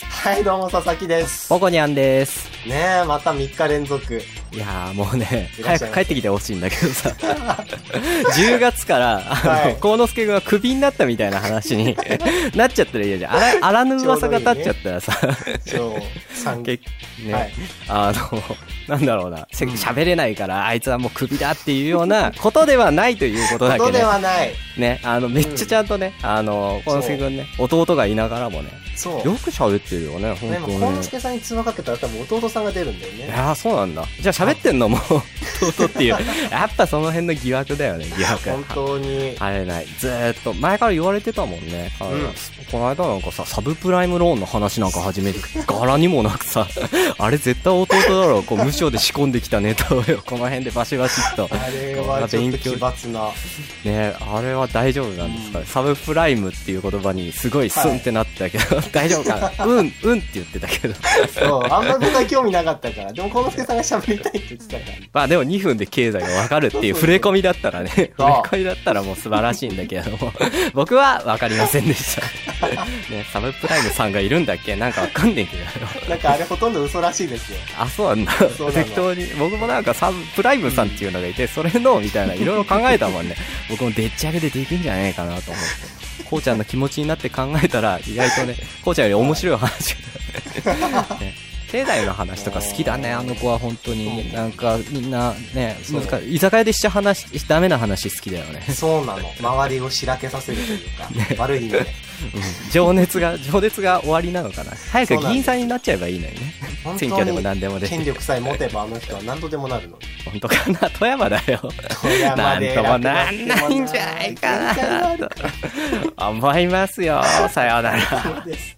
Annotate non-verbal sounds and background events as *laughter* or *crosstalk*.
はい、どうも、佐々木です。モコニャンです。ねえ、また3日連続。いやーもうね、いらっ早しゃいませく帰ってきてほしいんだけどさ、10月から、あの、はい幸之助君がクビになったみたいな話に *laughs* なっちゃったら嫌じゃん。あら、あらぬ噂が立っちゃったらさ、そう、3結ね、はいあの、なんだろうな、せ喋、れないから、あいつはもうクビだっていうようなことではないということだこけとでね、はない。ね、あの、めっちゃちゃんとね、あの、幸之助君ね、弟がいながらもね、そう。よく喋ってるよね、本ね、も当う、に幸之助さんに通話かけたら多分弟さんが出るんだよいね。やーそうなんだじゃあ喋ってんのも弟っていう *laughs* やっぱその辺の疑惑だよね *laughs* 疑惑本当に。あれないずーっと前から言われてたもんね、あのうんこの間なんかさサブプライムローンの話なんか始めて柄にもなくさ *laughs* あれ絶対弟だろこう無償で仕込んできたネタをよこの辺でバシバシっとあれはちょっと奇抜な。ねあれは大丈夫なんですか、ねサブプライムっていう言葉にすごいスンってなってたけど、 *laughs* 大丈夫かなうんうんって言ってたけどそう、あんまり僕は興味なかったから。でも、幸之助さんが喋りたいって言ってたから。まあでも2分で経済がわかるっていう触れ込みだったらね、触れそう込みだったらもう素晴らしいんだけれども、僕はわかりませんでした。ね、サブプライムさんがいるんだっけなんかわかんねえけど。なんかあれほとんど嘘らしいですよ。あ、そうなんだ *laughs* そうなの。適当に。僕もなんかサブプライムさんっていうのがいて、それの、み *laughs* たいな、いろいろ考えたもんね。僕もでっち上げてできんじゃねえかなと *laughs* 思って。こうちゃんの気持ちになって考えたら、意外とね、こうちゃんより面白 *laughs* い話が。ね経済の話とか好きだね、あの子は本当に。なんか、みんなね、そう難しい。居酒屋でしちゃ話、ダメな話好きだよね。そうなの。周りをしらけさせるというか、悪い意味で。うん *laughs* 情熱が、情熱が終わりなのかな。早く議員さんになっちゃえばいいのに *laughs* ね。本選挙でも当何でもに出て権。力さえ持てばあの人は何度でもな *laughs* るのに。本当かな富山だよ。富山でなんともなん *laughs* ないんじゃないかなと思いますよ。さようなら。そうです。